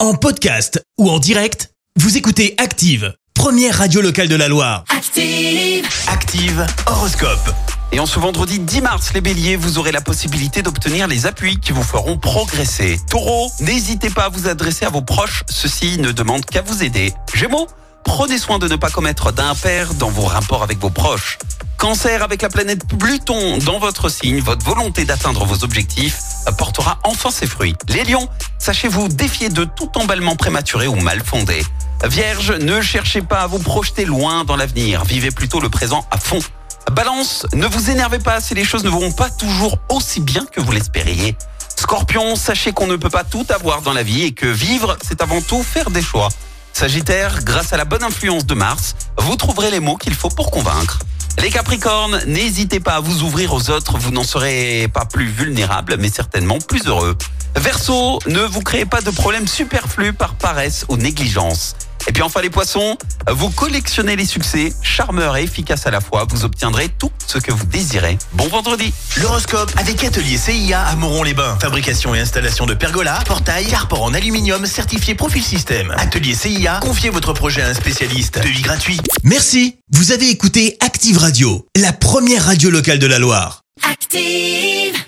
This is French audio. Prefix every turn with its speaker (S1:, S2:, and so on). S1: En podcast ou en direct, vous écoutez Active, première radio locale de la Loire.
S2: Active.
S3: Active Horoscope. Et en ce vendredi 10 mars, les béliers, vous aurez la possibilité d'obtenir les appuis qui vous feront progresser. Taureau, n'hésitez pas à vous adresser à vos proches, ceux-ci ne demandent qu'à vous aider. Gémeaux, prenez soin de ne pas commettre d'impair dans vos rapports avec vos proches. Cancer, avec la planète Pluton dans votre signe, votre volonté d'atteindre vos objectifs portera enfin ses fruits. Les lions, sachez vous défier de tout emballement prématuré ou mal fondé. Vierge, ne cherchez pas à vous projeter loin dans l'avenir, vivez plutôt le présent à fond. Balance, ne vous énervez pas si les choses ne vont pas toujours aussi bien que vous l'espériez. Scorpion, sachez qu'on ne peut pas tout avoir dans la vie et que vivre, c'est avant tout faire des choix. Sagittaire, grâce à la bonne influence de Mars, vous trouverez les mots qu'il faut pour convaincre. Les Capricornes, n'hésitez pas à vous ouvrir aux autres, vous n'en serez pas plus vulnérable, mais certainement plus heureux. Verseau, ne vous créez pas de problèmes superflus par paresse ou négligence. Et puis enfin les poissons, vous collectionnez les succès, charmeur et efficace à la fois, vous obtiendrez tout ce que vous désirez. Bon vendredi
S1: L'horoscope avec atelier CIA à Moron-les-Bains. Fabrication et installation de pergolas, portails, carport en aluminium certifié Profil Système. Atelier CIA, confiez votre projet à un spécialiste. Devis gratuit. Merci. Vous avez écouté Active Radio, la première radio locale de la Loire.
S2: Active.